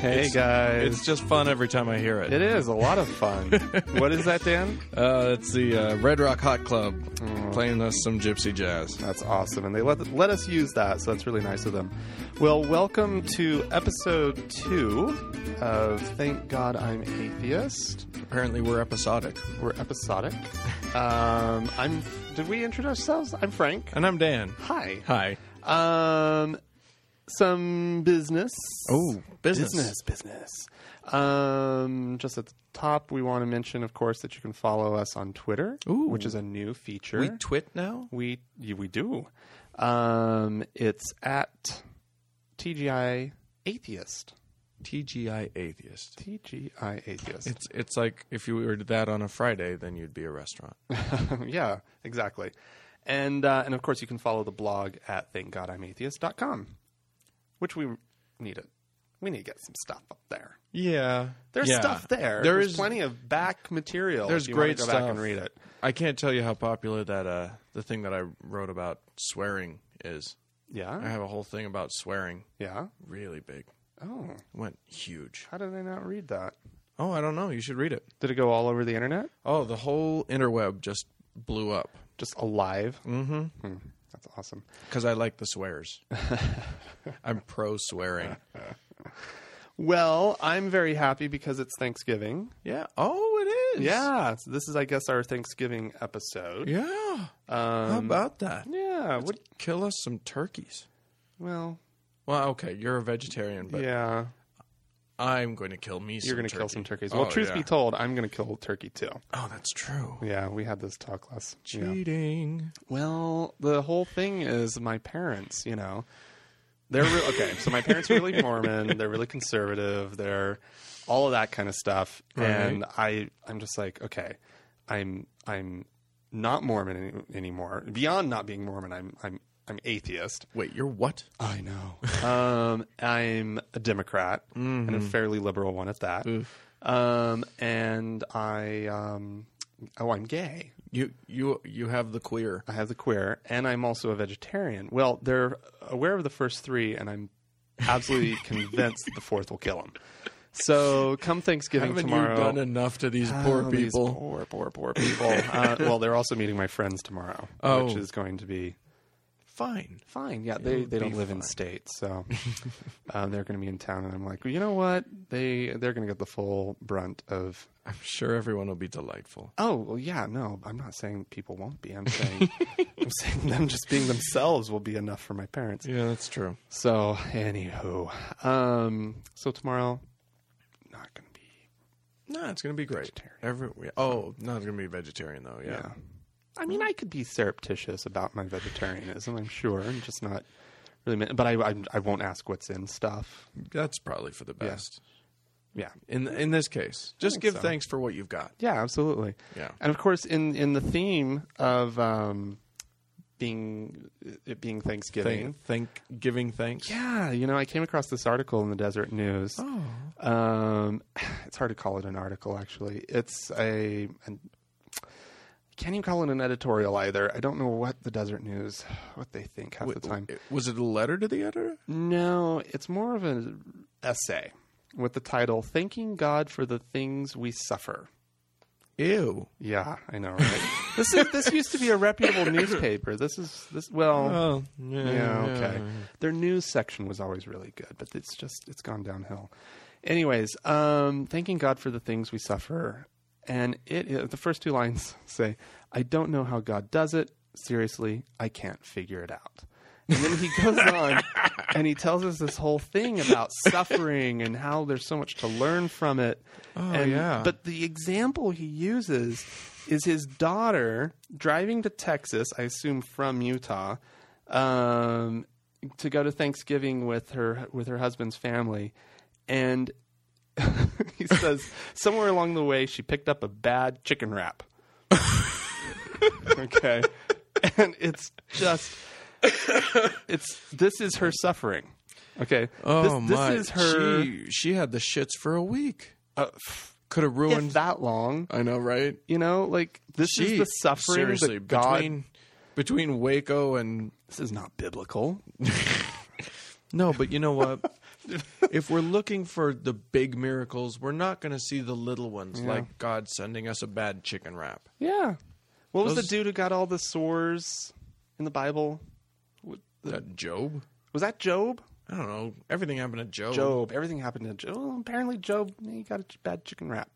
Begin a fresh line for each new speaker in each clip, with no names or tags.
Hey
It's-
guys,
It's just fun every time I hear it.
it is a lot of fun. what is that, Dan?
Uh, it's the uh, Red Rock Hot Club playing us some gypsy jazz.
That's awesome, and they let let us use that, so that's really nice of them. Well, welcome to episode two of Thank God I'm Atheist.
Apparently, we're episodic.
We're episodic. Um, I'm. Did we introduce ourselves? I'm Frank.
And I'm Dan.
Hi.
Hi.
Um, some business.
Oh, business.
business, business. Um, just at the top, we want to mention, of course, that you can follow us on Twitter,
Ooh.
which is a new feature.
We twit now?
we y- we do. Um, it's at TGI Atheist.
TGI Atheist.
TGI Atheist.
It's it's like if you were that on a Friday, then you'd be a restaurant.
yeah, exactly. And uh, and of course, you can follow the blog at thankgodimatheist.com, which we need it. We need to get some stuff up there.
Yeah.
There's stuff there.
There
there's
is-
plenty of back material.
There's
if you wanna
great
go
stuff.
back and read it.
I can't tell you how popular that uh the thing that I wrote about swearing is. I
Yeah,
have a whole thing about swearing.
yeah.
Really big.
Oh,
Went huge.
how did I not read that?
Oh, I don't know. You should read it.
Did it go all over the internet?
Oh, the whole interweb just blew up
Just alive? Mm-hmm. that's awesome.
because I like the swears. I'm pro swearing.
Well, I'm very happy because it's Thanksgiving.
Yeah. Oh, it is.
Yeah, so this is, I guess, our Thanksgiving episode.
Yeah. how about that?
Yeah. What,
Would Um, kill us some turkeys.
well,
Well, okay, you're a vegetarian, but
yeah.
I'm going to kill me. going
You're going
to
to kill some turkeys. Well, truth be told, I'm going to kill turkey too.
Oh, that's true.
Yeah, we had this talk last. Yeah.
Cheating.
Well, the whole thing is my parents. You know, they're re- okay. So my parents are really Mormon. They're really conservative. They're all of that kind of stuff. And I, I'm just like, okay, I'm, I'm not Mormon any, anymore. Beyond not being Mormon, I'm, I'm, I'm atheist.
Wait, you're what?
I know. Mm-hmm. um, I'm a Democrat and a fairly liberal one at that. Um, and I, um, oh, I'm gay.
You you you have the queer.
I have the queer, and I'm also a vegetarian. Well, they're aware of the first three, and I'm absolutely convinced the fourth will kill them. So come Thanksgiving
Haven't
tomorrow.
you done enough to these
Oh,
poor
these
people?
poor, poor, poor people. uh, well, they're also meeting my friends tomorrow,
Oh.
which is going to be
Fine.
fine. Yeah, they,
It'll
they don't
be
live in
fine.
states, so um, they're going to be in town. And I'm like, well, you know what? They they're going to get the full brunt of.
I'm sure everyone will be delightful.
Oh well, yeah, no, I'm not saying people won't be. I'm saying I'm saying them just being themselves will be enough for my parents.
Yeah, that's true.
So anywho, um, so tomorrow not going to be.
No, it's going to be great. Every oh, no, it's going to be vegetarian though. Yeah.
Yeah. I mean, I could be surreptitious about my vegetarianism. I'm sure, I'm just not really. min- But I, I, I won't ask what's in stuff.
that's probably for the best.
Yeah.
In in this case, just
think
give
so.
thanks for what you've got.
Yeah, absolutely.
Yeah.
and of course, in in the theme of um, being it being Thanksgiving.
Thank, thank giving thanks.
Yeah, you know, I came across this article in the Desert News.
Oh.
Um, it's hard to call it an article, actually. It's a, an I can't even call it an editorial either. I don't know what the Desert News, what they think half the time.
Was it a letter to the editor?
No, it's more of an essay with the title "Thanking God for the Things We Suffer."
Ew.
Yeah, I know, right? this is this used to be a reputable newspaper. This is this well.
Oh, yeah.
Yeah, okay. Their news section was always really good, but it's just it's gone downhill. Anyways, um, thanking God for the things we suffer, and it, it- the first two lines say, "I don't know how God does it. Seriously, I can't figure it out." And then he goes on and he tells us this whole thing about suffering and how there's so much to learn from it. Oh, and,
yeah.
But the example he uses is his daughter driving to Texas, I assume from Utah, um, to go to Thanksgiving with her with her husband's family, and he says somewhere along the way she picked up a bad chicken wrap. okay, and it's just it's this is her suffering. Okay,
Oh
this,
my.
this is her
She, she had the shits for a week.
uh,
Could have
if
ruined.
that long.
I know, right?
You know, like this is the suffering
seriously
that God.
between between Waco and
This is not biblical.
no, but you know what? if we're looking for the big miracles, we're not going to see the little ones,
Yeah.
like God sending us a bad chicken wrap.
Yeah. What was
Those-
the dude who got all the sores in the Bible? What-
Is that Job?
Was that Job?
I don't know. Everything happened to Job.
Job. Everything happened to Job. Well, apparently, Job he got a bad chicken wrap.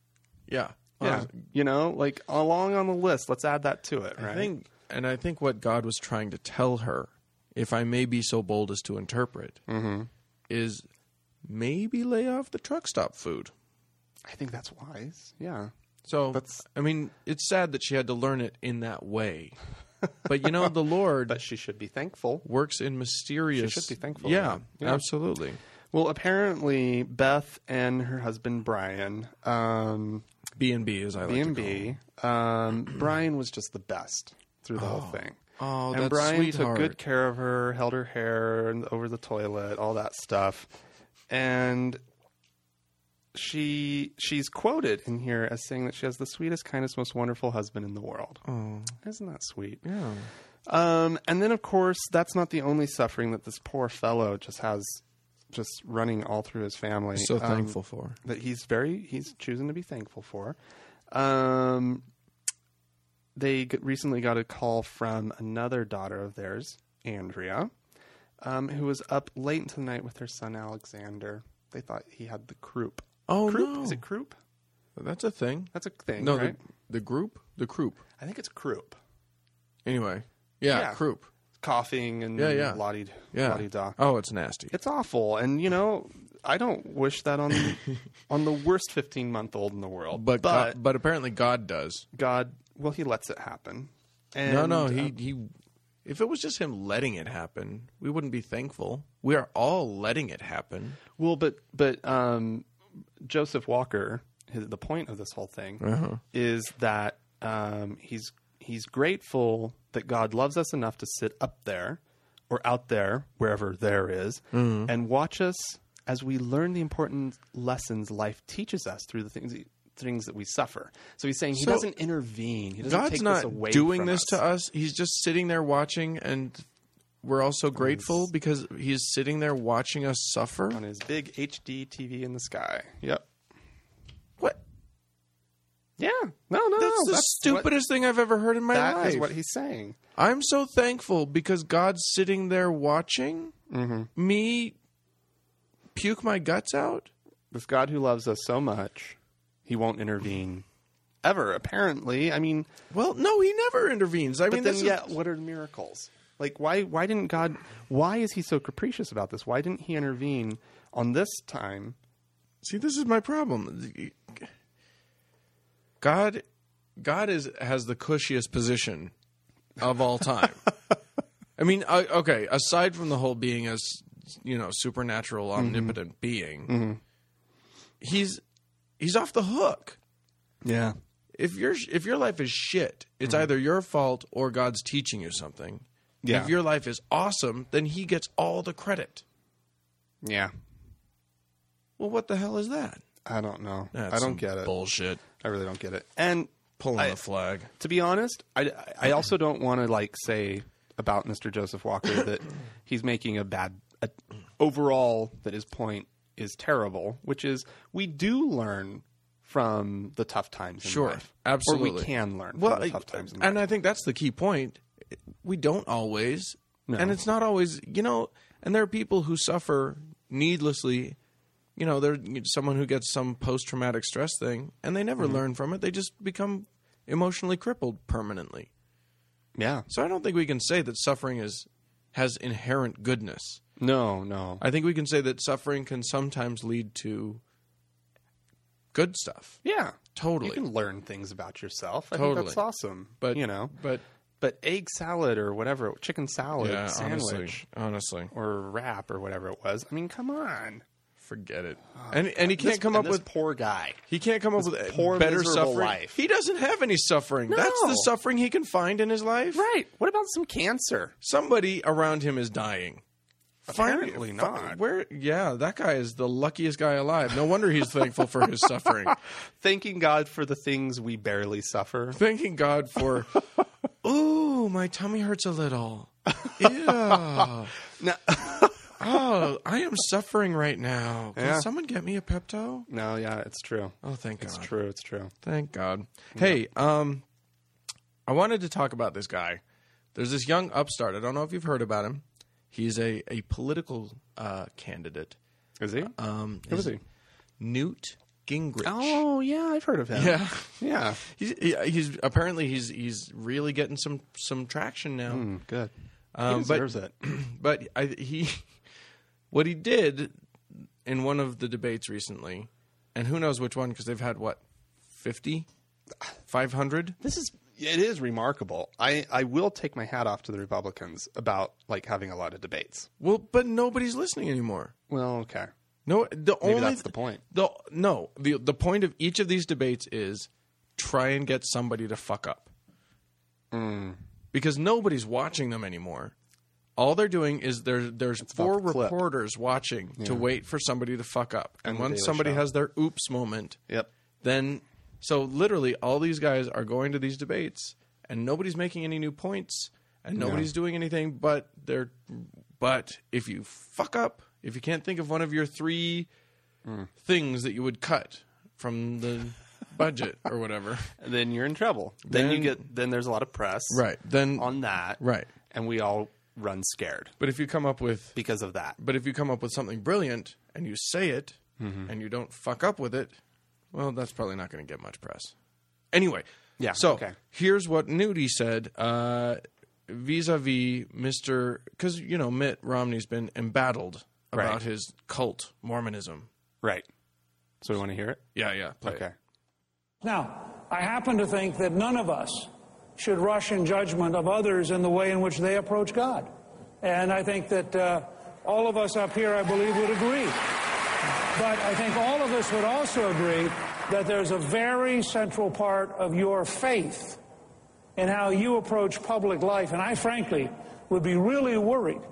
Yeah.
Yeah. you know, like along on the list. Let's add that to it. Right.
I think, and I think what God was trying to tell her, if I may be so bold as to interpret,
Mm-hmm.
is maybe lay off the truck stop food.
I think that's wise. Yeah.
So
That's-
I mean, it's sad that she had to learn it in that way, but you know, the Lord
But she should be thankful.
works in mysterious.
She should be thankful
Yeah,
then. Yeah.
absolutely.
Well, apparently, Beth and her husband Brian, um,
B and B, as I like
B
to
and
call. it.
B, um, Brian was just the best through the whole thing.
Oh,
and
that's
Brian
sweetheart.
took good care of her, held her hair and over the toilet, all that stuff, and she she's quoted in here as saying that she has the sweetest, kindest, most wonderful husband in the world.
Oh,
Isn't that sweet?
yeah.
Um, and then, of course, that's not the only suffering that this poor fellow just has, just running all through his family.
So
Um,
thankful for.
that he's very he's choosing to be thankful for. Um, they g- recently got a call from another daughter of theirs, Andrea, um, who was up late into the night with her son Alexander. They thought he had the croup.
Oh
croup
no,
is it croup?
that's a thing.
That's a thing,
no,
right?
the, the group, the croup.
I think it's croup.
Anyway, yeah,
Yeah.
croup.
Coughing and
Yeah, yeah.
lottie
Yeah.
lottie da.
Oh, it's nasty.
It's awful, and you know I don't wish that on on the worst fifteen month old in the world.
but God- but apparently God does.
God, well, He lets it happen. And,
No, no,
uh,
he he. If it was just him letting it happen, we wouldn't be thankful. We are all letting it happen.
uh, Well, but but um, Joseph Walker, his, the point of this whole thing
Uh-huh.
is that um, he's he's grateful that God loves us enough to sit up there or out there wherever there is,
Mm-hmm.
and watch us as we learn the important lessons life teaches us through the things. Things that we suffer. So he's saying he
So-
doesn't intervene. He doesn't
God's
take
not
this away
doing
from
this
us.
to us. He's just sitting there watching, and we're all so grateful because he's sitting there watching us suffer.
on his big HD TV in the sky. Yep.
What?
Yeah. No, no,
That's
no.
the
what-
stupidest thing I've ever heard in my
That is
life.
what he's saying.
I'm so thankful because God's sitting there watching
Mm-hmm.
me puke my guts out.
This God who loves us so much, he won't intervene ever, apparently. I mean,
Well, no, he never intervenes. I
but
mean,
then
this
yet,
is,
what are the miracles? Like, why, why didn't God, why is he so capricious about this? Why didn't he intervene on this time?
see, this is my problem. God, God is has the cushiest position of all time. I mean, I, okay, aside from the whole being a s- you know supernatural
Mm-hmm.
omnipotent being, he's he's off the hook.
Yeah.
if your if your life is shit, it's
Mm-hmm.
either your fault or God's teaching you something.
Yeah.
If your life is awesome, then He gets all the credit.
Yeah.
Well, what the hell is that?
I don't know.
That's
I
some
don't get it.
Bullshit.
I really don't get it. And
Pulling
I-
the flag.
to be honest, I, I also don't want to like say about Mr. Joseph Walker that he's making a bad a, overall that his point is terrible, which is we do learn from the tough times in
Sure,
life. Or we
absolutely.
can learn
Well,
from the
I-
tough times in life.
and I think that's the key point. We don't always, and it's not always. You know, and there are people who suffer needlessly. You know, there's someone who gets some post-traumatic stress thing, and they
Mm-hmm.
never learn from it. They just become emotionally crippled permanently.
Yeah.
So I don't think we can say that suffering is has inherent goodness.
No, no.
I think we can say that suffering can sometimes lead to good stuff.
Yeah. You
Totally.
can learn things about yourself. I
Totally.
think that's awesome.
but
you know,
but
but egg salad or whatever, chicken salad
yeah,
sandwich
honestly, honestly,
or wrap or whatever it was. I mean, come on.
forget it. and and he can't
Oh, This-
come
and
up
this
with
poor guy.
he can't come up with a
poor,
better
miserable
suffering.
life.
He doesn't have any suffering. That's the
No.
suffering he can find in his life.
Right. What about some cancer?
Somebody around him is dying. Find-
Apparently
fi-
not.
Where? Yeah, that guy is the luckiest guy alive. No wonder he's thankful for his suffering.
Thanking God for the things we barely suffer.
thanking God for. Ooh, my tummy hurts a little. Yeah,
No,
oh, I am suffering right now. Can
Yeah.
someone get me a Pepto?
No, yeah, it's true.
Oh, thank
It's
God.
true. It's true.
Thank God. Hey, um, I wanted to talk about this guy. There's this young upstart. I don't know if you've heard about him. He's a, a political uh, candidate.
Is he?
Um,
Who is
his-
he?
Newt Gingrich.
Oh, yeah, I've heard of him.
Yeah.
Yeah.
He's, he, he's apparently he's he's really getting some some traction now.
Mm, good.
Um,
he
but-
deserves it.
But I, he, what he did in one of the debates recently, and who knows which one because they've had what 50, 500?
This is it is remarkable. I I will take my hat off to the Republicans about like having a lot of debates.
Well, but nobody's listening anymore.
Well, okay.
No, the
Maybe
only
that's the point.
the no the the point of each of these debates is try and get somebody to fuck up
Mm.
because nobody's watching them anymore. All they're doing is there there's four
the clip.
reporters watching to wait for somebody to fuck up, and,
the
once
Daily
somebody
Show.
has their oops moment,
Yep.
then so literally all these guys are going to these debates and nobody's making any new points and nobody's doing anything but they're but if you fuck up if you can't think of one of your three things that you would cut from the budget or whatever
Then you're in trouble. Then, you
Then-
get then there's a lot of press
right then
on that.
right
And we all run scared
but if you come up with
because of that.
but if you come up with something brilliant and you say it
Mm-hmm.
and you don't fuck up with it, well, that's probably not going to get much press. Anyway,
Yeah,
So
okay.
here's what Nudie said uh, vis-a-vis Mr. Because you know Mitt Romney's been embattled
Right.
about his cult Mormonism.
Right. So we want to hear it?
Yeah, yeah. play it.
Okay.
Now, I happen to think that none of us should rush in judgment of others in the way in which they approach God. And I think that uh, all of us up here, I believe, would agree. But I think all of us would also agree that there's a very central part of your faith in how you approach public life. And I frankly would be really worried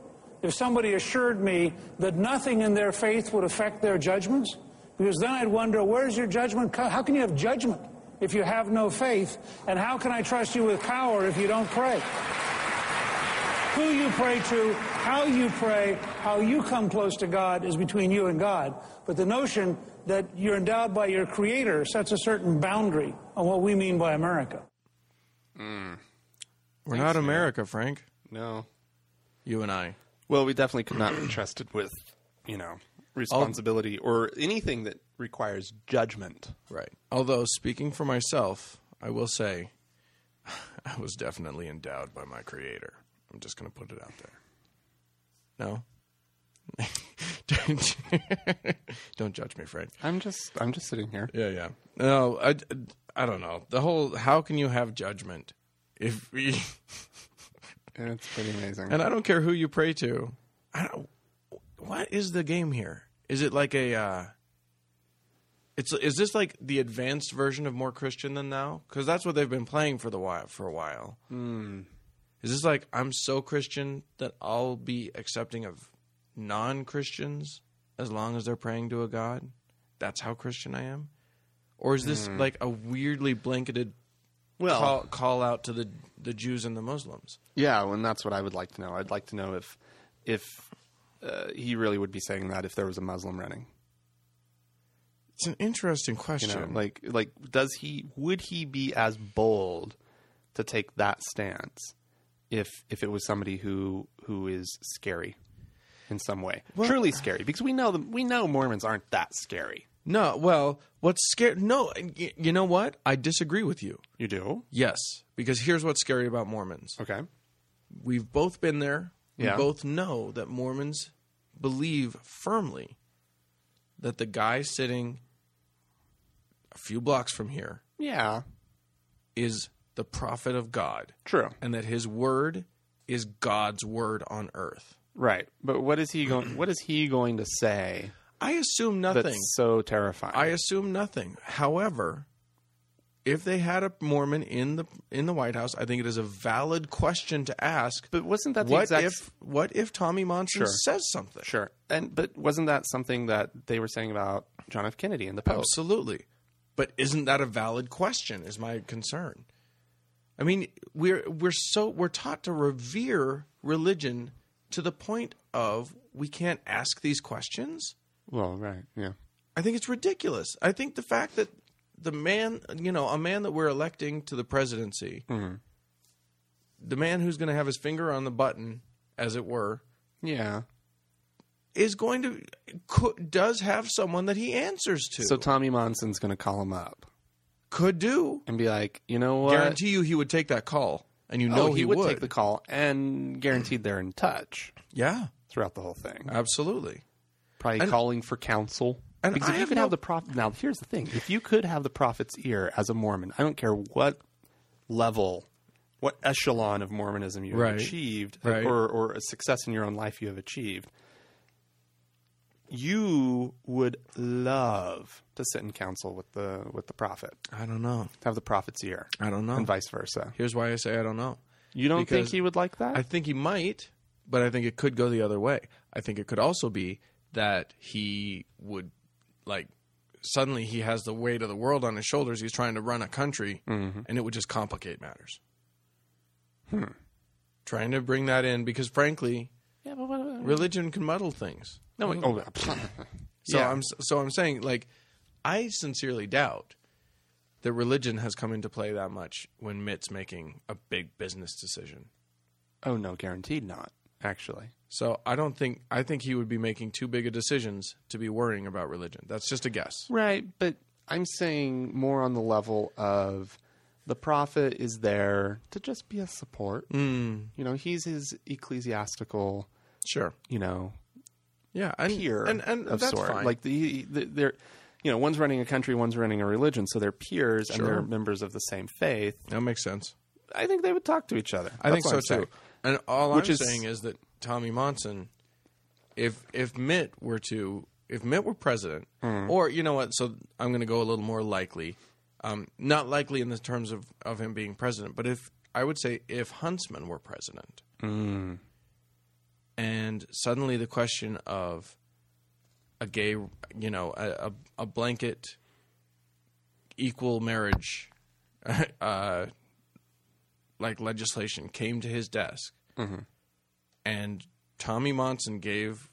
if somebody assured me that nothing in their faith would affect their judgments, because then I'd wonder where's your judgment? co- How can you have judgment if you have no faith? And how can I trust you with power if you don't pray? Who you pray to, how you pray, how you come close to God is between you and God. But the notion that you're endowed by your Creator sets a certain boundary on what we mean by America.
We're not America, Frank.
No.
You and I.
Well, we definitely could not be trusted with, you know, responsibility or anything that requires judgment.
Right. Although speaking for myself, I will say I was definitely endowed by my creator. I'm just going to put it out there. No. Don't- Don't judge me, Fred.
I'm just I'm just sitting here.
Yeah, yeah. No, I, I don't know. The whole how can you have judgment if we
It's pretty amazing.
and I don't care who you pray to. I don't, what is the game here? Is it like a? Uh, it's is this like the advanced version of more Christian than thou? Because that's what they've been playing for the while for a while. Is this like I'm so Christian that I'll be accepting of non Christians as long as they're praying to a God? That's how Christian I am. Or is this like a weirdly blanketed
Well-
call, call out to the the Jews and the Muslims?
Yeah, well, and that's what I would like to know. I'd like to know if if uh, he really would be saying that if there was a Muslim running.
It's an interesting
You
question.
know, like like does he would he be as bold to take that stance if if it was somebody who who is scary in some way, truly scary? Because we know them, we know Mormons aren't that scary.
No, well, what's scary? No, and y- you know what? I disagree with you.
You do
Yes, because here's what's scary about Mormons.
okay,
We've both been there.
Yeah.
We both know that Mormons believe firmly that the guy sitting a few blocks from here
yeah,
is the prophet of God
true,
and that his word is God's word on earth.
right. But what is he going? What is he going to say
I assume nothing.
that's so terrifying?
I assume nothing. However, if they had a Mormon in the in the White House, I think it is a valid question to ask.
but wasn't that the
what
exact
if what if Tommy Monson
Sure.
says something?
Sure. And but wasn't that something that they were saying about John F. Kennedy and the Pope?
Absolutely. But isn't that a valid question? Is my concern. I mean, we're we're so we're taught to revere religion to the point of we can't ask these questions?
Well, right. Yeah.
I think it's ridiculous. I think the fact that the man, you know, a man that we're electing to the presidency,
Mm-hmm.
the man who's going to have his finger on the button, as it were,
Yeah.
is going to could, does have someone that he answers to.
So Tommy Monson's going to call him up
could do.
and be like, you know what?
Guarantee you, he would take that call, and you
Oh,
know
he,
he,
would, take the call, and guaranteed they're in touch
yeah,
throughout the whole thing.
absolutely.
Probably calling for counsel.
and
because
I
if you
have
could
no-
have the prophet. Now, here's the thing: if you could have the prophet's ear as a Mormon, I don't care what level, what echelon of Mormonism you have
Right.
achieved,
Right.
or or a success in your own life you have achieved. You would love to sit in council with the with the prophet,
I don't know.
have the prophet's ear,
I don't know.
and vice versa.
Here's why I say I don't know.
You don't think
Because
he would like that?
I think he might, but I think it could go the other way. I think it could also be that he would like suddenly he has the weight of the world on his shoulders. He's trying to run a country, and it would just complicate matters. Trying to bring that in because, frankly,
yeah, but what,
religion can muddle things.
no. wait, oh, pfft.
So
Yeah.
I'm so I'm saying like I sincerely doubt that religion has come into play that much when Mitt's making a big business decision.
oh no, guaranteed not. Actually,
So I don't think I think he would be making too big of decisions to be worrying about religion. That's just a guess.
Right, but I'm saying more on the level of the prophet is there to just be a support. Mm. You know, he's his ecclesiastical,
Sure.
you know,
Yeah, and
peer
Mm. and, and
of
that's
sort.
fine.
Like the, the they're, you know, one's running a country, one's running a religion, so they're peers and they're
Sure.
members of the same faith.
that makes sense.
I think they would talk to each other.
I think
That's
so
what
too.
I'm saying.
And all
Which
I'm
is-
saying is that Tommy Monson, if if Mitt were to if Mitt were president,
Hmm.
or you know what, so I'm going to go a little more likely, um, not likely in the terms of of him being president, but if I would say if Huntsman were president,
Hmm.
and suddenly the question of a gay, you know, a a, a blanket equal marriage. Uh, like legislation came to his desk,
Mm-hmm.
and Tommy Monson gave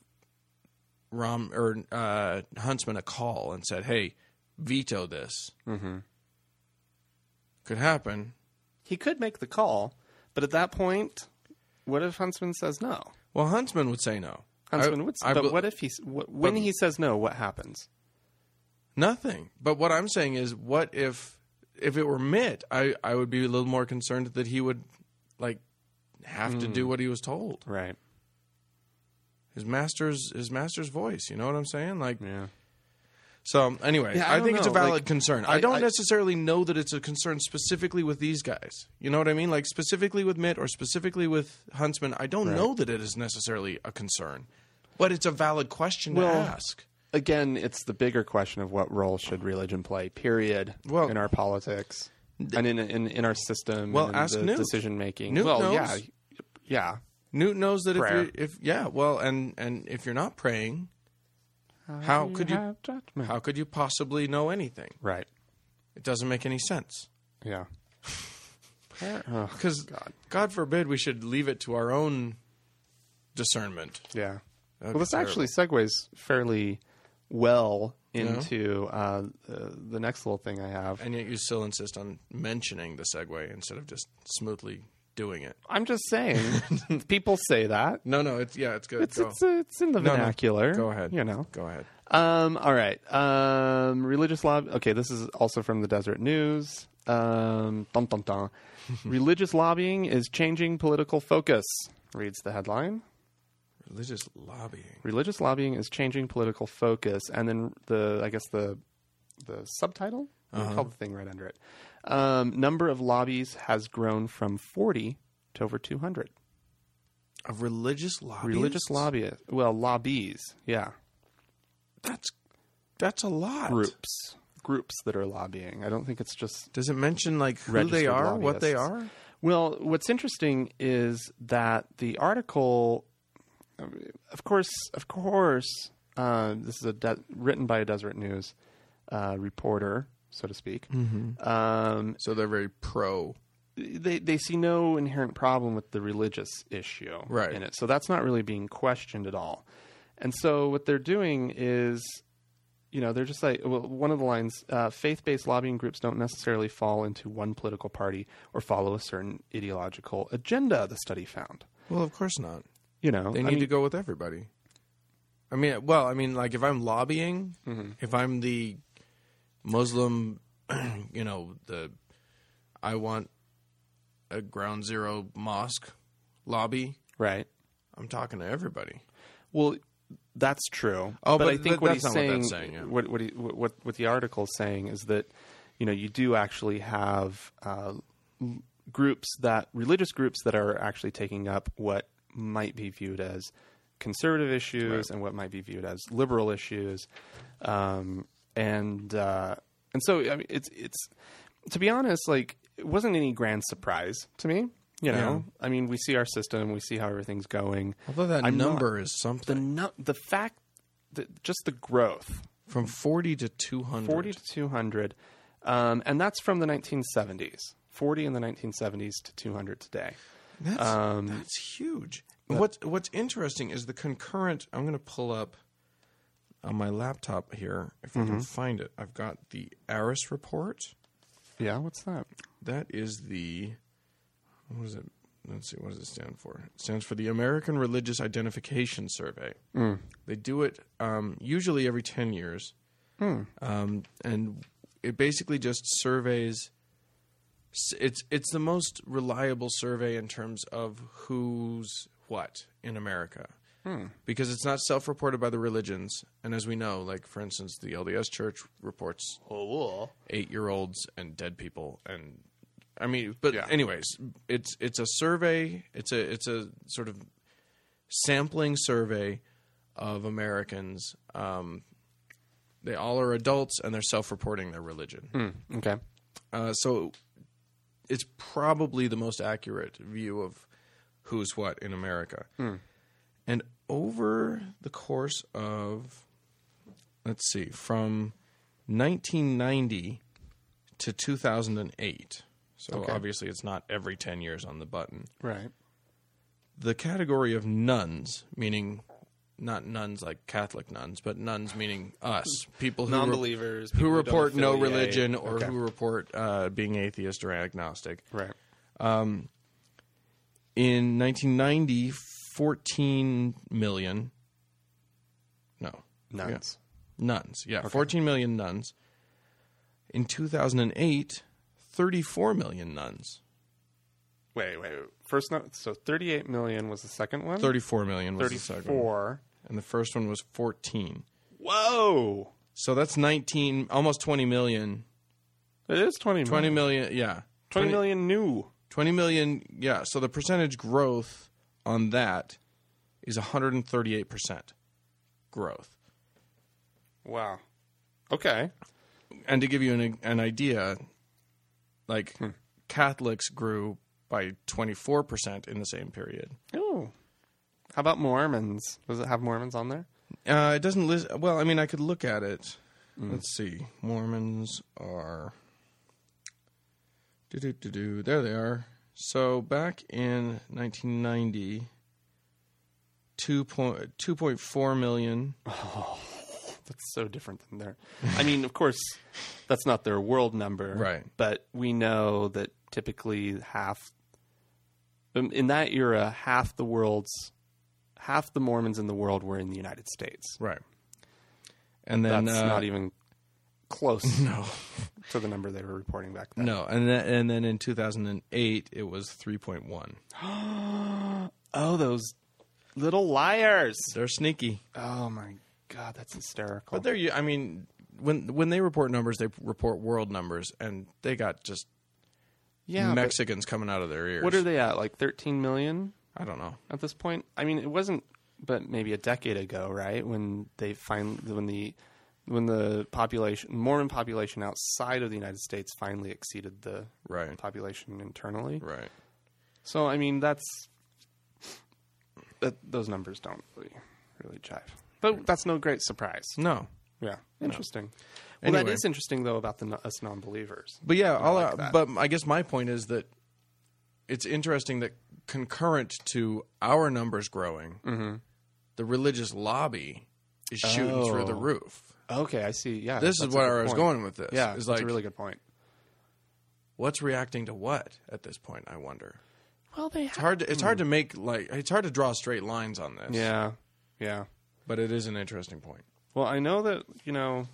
Rom or uh, Huntsman a call and said, "Hey, veto this." Mm-hmm. Could happen.
He could make the call, but at that point, what if Huntsman says no?
Well, Huntsman would say no.
Huntsman
I-
would. s-
I
but
bel-
what if he? s- What, when
but-
he says no, what happens?
Nothing. But what I'm saying is, what if if it were Mitt? I I would be a little more concerned that he would like have
Mm.
to do what he was told.
Right.
His master's his master's voice. You know what I'm saying? Like.
Yeah.
So anyway,
Yeah, I
I,
don't
think it's a
know,
valid
like,
concern.
I-
I, don't
I-
necessarily know that it's a concern specifically with these guys. You know what I mean? Like specifically with Mitt or specifically with Huntsman, I don't know that it is necessarily a concern. But it's a valid question to
Well,
ask.
again, it's the bigger question of what role should religion play, period,
Well-
in our politics and in, in in our system
Well,
and in
ask
the
Newt.
decision making.
Newt
Well,
knows.
yeah. Yeah.
Newt knows that if
Prayer.
you if yeah, well and and if you're not praying, how could you how could you possibly know anything?
Right.
It doesn't make any sense.
Yeah. Oh,
Cuz God. forbid we should leave it to our own discernment.
Yeah.
That'd
well,
be
this actually segues fairly well into uh, uh, the next little thing I have.
And yet you still insist on mentioning the segue instead of just smoothly doing it.
I'm just saying, people say that.
No, no, it's yeah, it's good.
It's,
Go.
it's, it's in the
No, no.
vernacular.
Go ahead.
You know.
Go ahead.
Um, all right. Um, religious lob. Okay, this is also from the Desert News. Um, dun, dun, dun. religious lobbying is changing political focus. Reads the headline.
Religious lobbying.
Religious lobbying is changing political focus, and then the I guess the the subtitle. What do you call the thing right under it. Um, number of lobbies has grown from forty to over two hundred.
Of religious lobby.
Religious lobbyists. Well, lobbies. Yeah.
That's that's a lot.
Groups. Groups that are lobbying. I don't think it's just
Does it mention like who they
Registered
are, what they
lobbyists.
are?
Well, what's interesting is that the article, of course, of course, uh, this is a de- written by a Deseret News uh, reporter, so to speak.
Mm-hmm.
Um,
So they're very pro.
they they see no inherent problem with the religious issue
Right.
in it, so that's not really being questioned at all. And so what they're doing is, you know, they're just like well, one of the lines: uh, faith-based lobbying groups don't necessarily fall into one political party or follow a certain ideological agenda. The study found.
Well, of course not.
You know,
They
I
need
mean,
to go with everybody. I mean, well, I mean, like if I'm lobbying, if I'm the Muslim, you know, the I want a ground zero mosque lobby.
right.
I'm talking to everybody.
Well, that's true.
Oh,
but,
but
I think
th-
what
that's
he's
not what
saying,
that's saying, yeah.
what what, he, what what what the article is saying is that you know you do actually have uh, l- groups that religious groups that are actually taking up what might be viewed as conservative issues and what might be viewed as liberal issues, um, and uh, and so I mean it's it's to be honest like it wasn't any grand surprise to me. You know, I mean, we see our system, we see how everything's going.
Although that
I'm not-
number is
the
something
nu- the fact that just the growth
from 40 to 200.
40 to 200 um, and that's from the 1970s 40 in the 1970s to 200 today
That's, that's huge. And what's what's interesting is the concurrent. I'm going to pull up on my laptop here if I can find it. I've got the Aris report.
yeah what's that
That is the what is it? Let's see. What does it stand for? It stands for the American Religious Identification Survey. They do it um, usually every ten years, um, and it basically just surveys. s- It's it's the most reliable survey in terms of who's what in America. Because it's not self-reported by the religions, and as we know, like for instance, the LDS Church reports eight year olds and dead people and I mean but anyways it's it's a survey it's a it's a sort of sampling survey of Americans um, they all are adults and they're self reporting their religion
Hmm, okay
uh, so it's probably the most accurate view of who's what in America. And over the course of, let's see, from 1990 to 2008, so obviously it's not every 10 years on the button,
right
the category of nuns, meaning not nuns like Catholic nuns, but nuns meaning us, people who re-
Non-believers, people
who
who don't
report no
affiliate.
religion or
Okay.
who report uh, being atheist or agnostic.
right
In 1990, 14 million. No,
nuns
nuns. Yeah, 14 million nuns. In 2008, 34 million nuns.
wait wait wait. first no- so 38 million was the second one
34 million was the second. one.
34
And the first one was 14.
whoa
So that's 19, almost 20 million.
it is 20
20
million.
million, yeah.
20 million new
20 million, yeah. So the percentage growth on that is 138% growth.
wow okay
And to give you an, an idea, like Catholics grew by 24% in the same period.
oh how about mormons does it have mormons on there
Uh, it doesn't list. Well, I mean, I could look at it. Let's see. Mormons are. Do do do do. There they are. So back in 1990, 2.4 million.
That's so different than their. I mean, of course, that's not their world number,
Right.
But we know that typically half um, in that era, half the world's half the Mormons in the world were in the United States.
Right. And then
that's
uh,
not even close to the number they were reporting back then.
no. And then, and then in 2008, it was 3.1.
Oh, those little liars!
They're sneaky.
Oh my god, that's hysterical.
But there, I mean, when when they report numbers, they report world numbers, and they got just
yeah, but
Mexicans coming out of their ears.
what are they at? Like thirteen million?
I don't know.
at this point? I mean, it wasn't, but maybe a decade ago, right? When they find when the when the population Mormon population outside of the United States finally exceeded the
Right.
population internally.
Right.
So I mean, that's that those numbers don't really really jive.
Hmm.
But that's no great surprise.
No.
Yeah, interesting. Well, that
Anyway.
is interesting though about the no- us non-believers.
But yeah, all
like
I-
that.
but I guess my point is that
Mm-hmm.
it's interesting that concurrent to our numbers growing, the religious lobby is shooting
Oh.
through the roof.
Okay, I see. Yeah,
This
that's
is
a
where
good
I was
point.
going with this.
Yeah,
is
that's
like
a really good point.
what's reacting to what at this point? I wonder.
Well, they
It's hard. To, it's hard to make like it's hard to draw straight lines on this.
Yeah, yeah.
but it is an interesting point.
Well, I know that you know.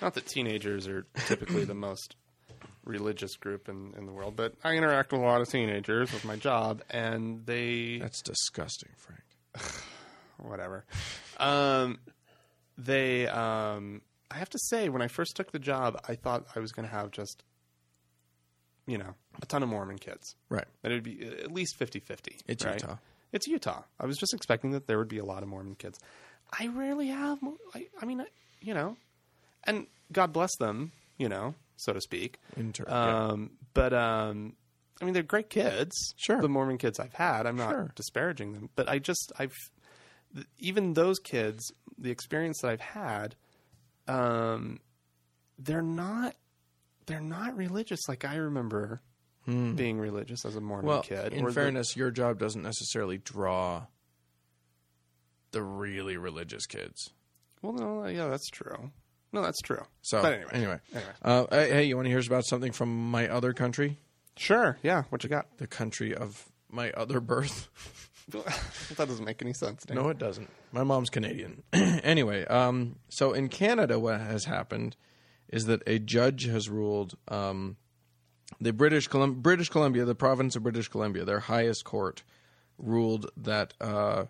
Not that teenagers are typically the most religious group in, in the world, but I interact with a lot of teenagers with my job, and they
That's disgusting, Frank.
whatever. Um, they, um, I have to say, when I first took the job, I thought I was going to have just, you know, a ton of Mormon kids.
Right.
That it would be uh, at least 50 50.
It's Utah.
It's Utah. I was just expecting that there would be a lot of Mormon kids. I rarely have. Mor- I, I mean, I, you know, and God bless them, you know, so to speak.
In turn, yeah.
Um, But um, I mean, they're great kids.
Sure.
the Mormon kids I've had. I'm not
Sure.
disparaging them, but I just I've th- even those kids. The experience that I've had, um, they're not they're not religious like I remember being religious as a Mormon
Hmm. Well,
kid.
in
the-
fairness, your job doesn't necessarily draw the really religious kids.
well, no, yeah, that's true. No, that's true.
So
but anyway,
anyway, Uh, hey, hey, you want to hear about something from my other country,
sure, yeah. What you got?
the country of my other birth?
that doesn't make any sense. Dan.
No, it doesn't. My mom's Canadian. anyway, um, so in Canada, what has happened is that a judge has ruled um, the British Colum- British Columbia, the province of British Columbia, their highest court ruled that uh,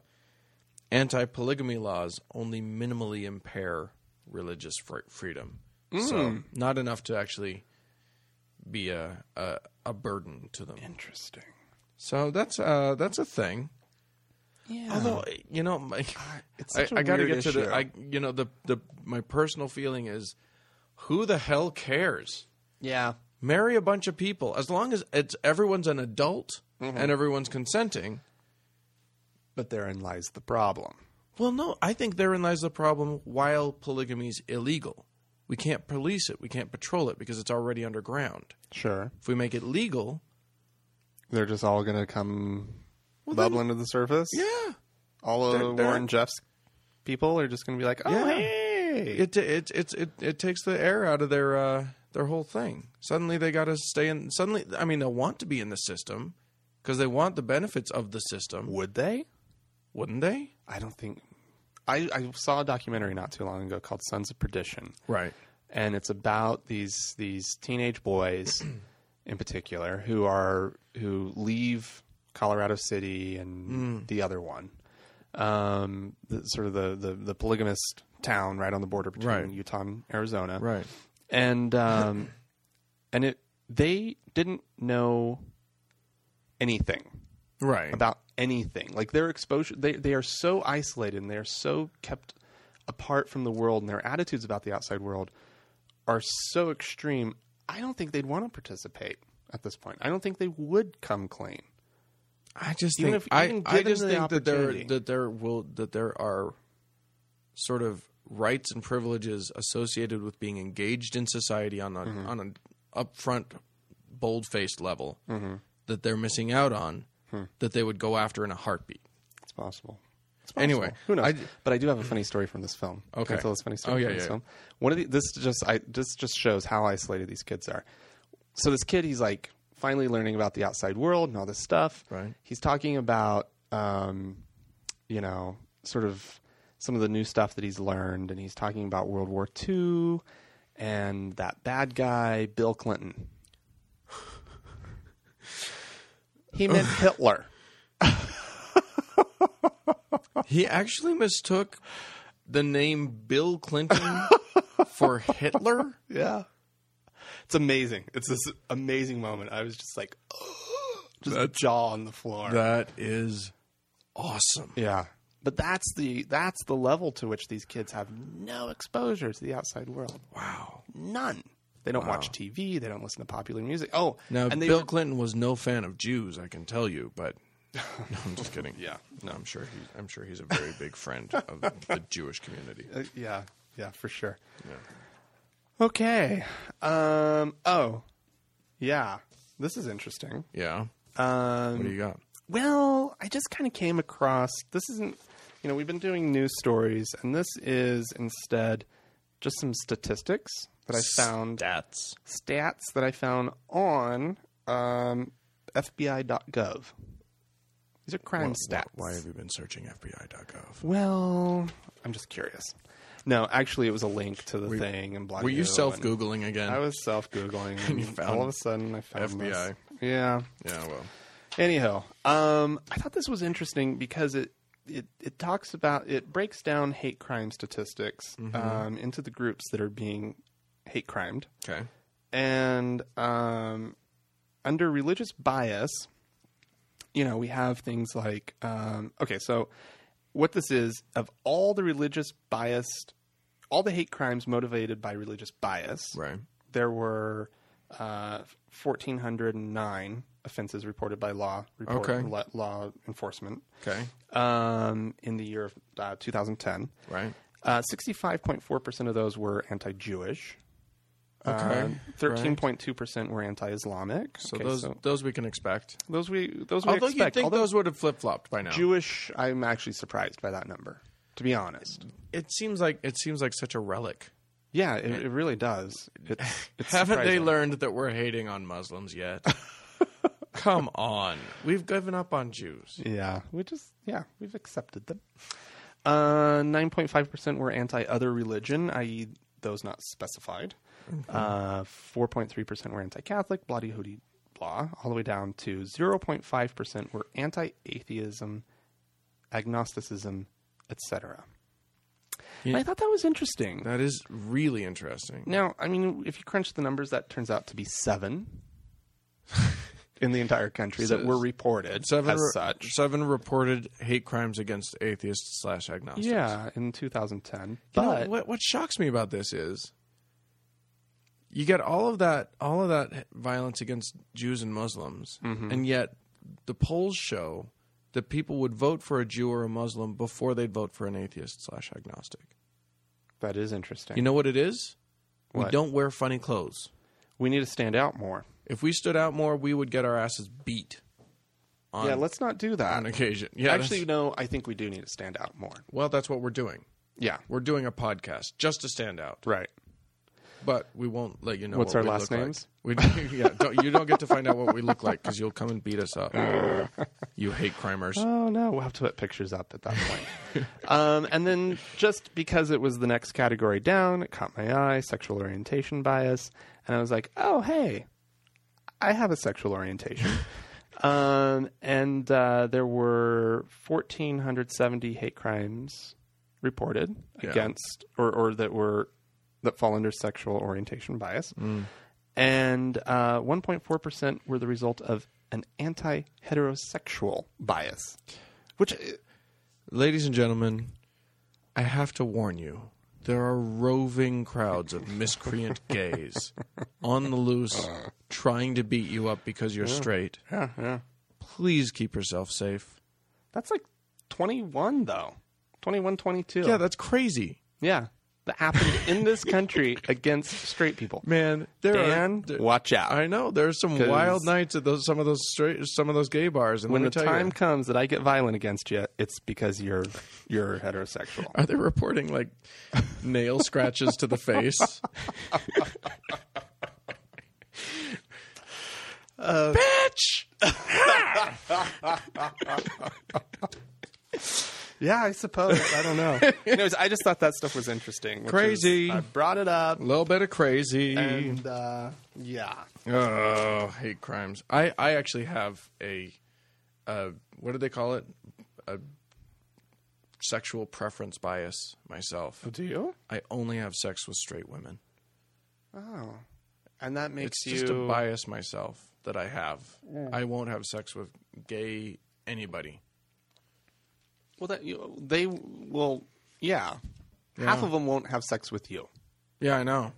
anti-polygamy laws only minimally impair religious fr- freedom. So not enough to actually be a, a a burden to them.
Interesting.
So that's uh, that's a thing.
Yeah. Ah,
Although you know, my,
it's
I,
such a
I gotta get
weird
to
issue.
the. I you know the the my personal feeling is, who the hell cares?
yeah.
Marry a bunch of people as long as it's everyone's an adult and everyone's consenting.
But therein lies the problem.
Well, no, I think therein lies the problem. While polygamy's illegal, we can't police it. We can't patrol it because it's already underground.
Sure.
If we make it legal,
They're just all going to come
then-
bubbling to the surface.
yeah,
All
They're-
of
they're-
Warren Jeff's people are just going to be like, oh,
Yeah.
hey.
it it it it, it takes the air out of their uh, their whole thing. Suddenly they got to stay in. Suddenly, I mean, they'll want to be in the system because they want the benefits of the system,
Would they?
wouldn't they?
I don't think. I, I saw a documentary not too long ago called Sons of Perdition.
Right.
and it's about these these teenage boys in particular who are who leave Colorado City
Mm.
and the other one, um, the, sort of the, the the polygamist town right on the border between
Right.
Utah and Arizona,
Right.
and um, and it they didn't know anything
Right.
about anything. Like their exposure, they they are so isolated and they are so kept apart from the world, and their attitudes about the outside world are so extreme. I don't think they'd want to participate at this point. I don't think they would come clean.
I just
Even
think
if-
I,
even
I
given
just
the
think that there
opportunity.
that there will that there are sort of rights and privileges associated with being engaged in society on a,
Mm-hmm.
on an upfront bold faced level
Mm-hmm.
that they're missing out on
Hmm.
that they would go after in a heartbeat.
It's possible. It's
Anyway,
who knows?
I-
but I do have a funny story from this film. Can
Okay.
I tell this funny story
Oh, yeah,
from this
yeah,
film? One of the, this just I this just shows how isolated these kids are. So this kid, he's like finally learning about the outside world and all this stuff.
Right.
He's talking about, um, you know, sort of some of the new stuff that he's learned, and he's talking about World War II and that bad guy Bill Clinton. He meant Hitler.
He actually mistook the name Bill Clinton for Hitler.
Yeah. It's amazing. It's this amazing moment. I was just like, just jaw on the floor.
That is awesome.
yeah. But that's the that's the level to which these kids have no exposure to the outside world.
Wow.
None. They don't watch TV. They don't listen to popular music. Oh,
Now,
and they
Bill
were-
Clinton was no fan of Jews, I can tell you, but no, I'm just kidding.
Yeah.
no, I'm sure he's I'm sure he's a very big friend of the Jewish community.
Uh, yeah, yeah, for sure. Okay. Um. Oh, yeah. This is interesting.
Yeah,
Um.
what do you got?
well, I just kind of came across this isn't, you know, we've been doing news stories, and this is instead just some statistics that I found,
Stats.
stats that I found on um, FBI.gov. These are crime stats.
Why have you been searching FBI.gov?
Well, I'm just curious. No, actually, it was a link to the thing and blah.
Were you
and-
self googling again?
I was self googling, and,
you found
all of a sudden I found this.
FBI.
Yeah.
yeah. Well,
Anyhow, um, I thought this was interesting because it it, it talks about it breaks down hate crime statistics um, into the groups that are being hate crimed,
okay.
and um, under religious bias, you know, we have things like um, okay, so what this is of all the religious biased, all the hate crimes motivated by religious bias,
Right.
there were uh, 1,409 offenses reported by law report,
Okay.
la- law enforcement
Okay.
um, in the year of uh, 2010.
Right.
Uh, 65.4% of those were anti Jewish.
Okay.
Thirteen point two percent were anti-Islamic.
So those those we can expect.
those we those we
Although you
expect.
think
Although
those would have flip flopped by now.
Jewish, I'm actually surprised by that number. To be honest,
it seems like it seems like such a relic.
yeah, it, it really does. It's, it's
Haven't they
surprising.
learned that we're hating on Muslims yet? Come on, we've given up on Jews.
Yeah, we just yeah we've accepted them. Uh, nine point five percent were anti-other religion, i.e., those not specified. Mm-hmm. Uh, Four point three percent were anti-Catholic, blah de hoodie blah, all the way down to zero point five percent were anti-atheism, agnosticism, etc. And I thought that was interesting.
That is really interesting.
Now, I mean, if you crunch the numbers, that turns out to be seven in the entire country that were reported
Seven
as
re-
such.
seven reported hate crimes against atheists slash agnostics.
Yeah, in 2010.
You know,
But
what what shocks me about this is you get all of that all of that violence against Jews and Muslims, and yet the polls show that people would vote for a Jew or a Muslim before they'd vote for an atheist slash agnostic.
that is interesting.
You know what it is? We
What?
don't wear funny clothes.
we need to stand out more.
If we stood out more, we would get our asses beat on,
yeah, let's not do that.
on occasion. Yeah,
Actually,
that's-
no, I think we do need to stand out more.
well, that's what we're doing.
Yeah.
We're doing a podcast just to stand out.
Right.
But we won't let you know.
What's
what
our
we
last
look
names?
Like. We, yeah, don't, you don't get to find out what we look like because you'll come and beat us up. you hate crimers.
Oh, no, we'll have to put pictures up at that point. um, and then just because it was the next category down, it caught my eye sexual orientation bias. And I was like, oh, hey, I have a sexual orientation. um, and uh, there were 1,470 hate crimes reported
Yeah.
against or, or that were that fall under sexual orientation bias.
Mm.
And uh, 1.4% were the result of an anti heterosexual bias, which uh,
Ladies and gentlemen, I have to warn you. There are roving crowds of miscreant gays on the loose trying to beat you up because you're straight.
yeah, yeah.
Please keep yourself safe.
That's like 21, though. 21, 22.
Yeah, that's crazy.
yeah. That happened in this country against straight people.
Man, there
Dan,
are there-
watch out.
I know there's some
'Cause-
wild nights at those some of those straight some of those gay bars and
when the
let me tell
time
you,
comes that I get violent against you, it's because you're you're heterosexual.
Are they reporting like nail scratches to the face? Bitch!
Yeah, I suppose. I don't know. Anyways, I just thought that stuff was interesting. which is-
Crazy.
I brought it up,
A little bit of crazy.
and uh, yeah.
oh, hate crimes. I, I actually have a, uh, what do they call it? A sexual preference bias myself.
Do you?
I only have sex with straight women.
Oh, and that makes
It's Mm. just a
you
bias myself that I have. I won't have sex with gay anybody.
well. That you, they will. Yeah. half of them won't have sex with you.
Yeah, I know.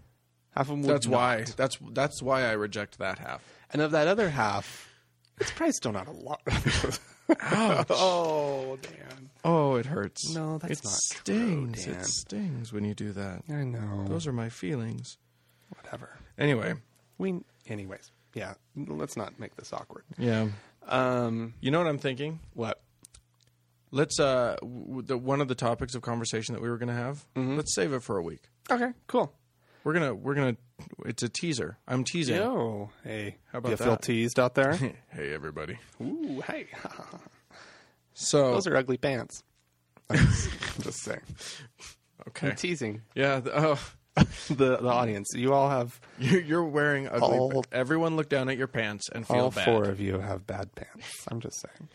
Half of them.
That's
would
why.
not.
That's that's why I reject that half.
And of that other half, it's probably still not a lot. oh, damn.
Oh, it hurts.
No, that's
it
not true,
stings.
Dan.
It stings when you do that.
I know.
Those are my feelings.
Whatever.
Anyway,
We, anyways. Yeah. Let's not make this awkward.
yeah.
Um,
You know what I'm thinking?
what?
Let's uh, w- the, one of the topics of conversation that we were going to have.
Mm-hmm.
Let's save it for a week.
Okay, cool.
We're gonna we're gonna. It's a teaser. I'm teasing.
Yo, hey, how
about
you feel
that?
teased out there?
Hey everybody.
Ooh, hey,
So
those are ugly pants. I'm just, just saying,
okay.
I'm teasing
yeah. The, oh,
the the audience. You all have
you- you're wearing ugly.
All-
everyone look down at your pants and feel
all
bad.
four of you have bad pants. I'm just saying.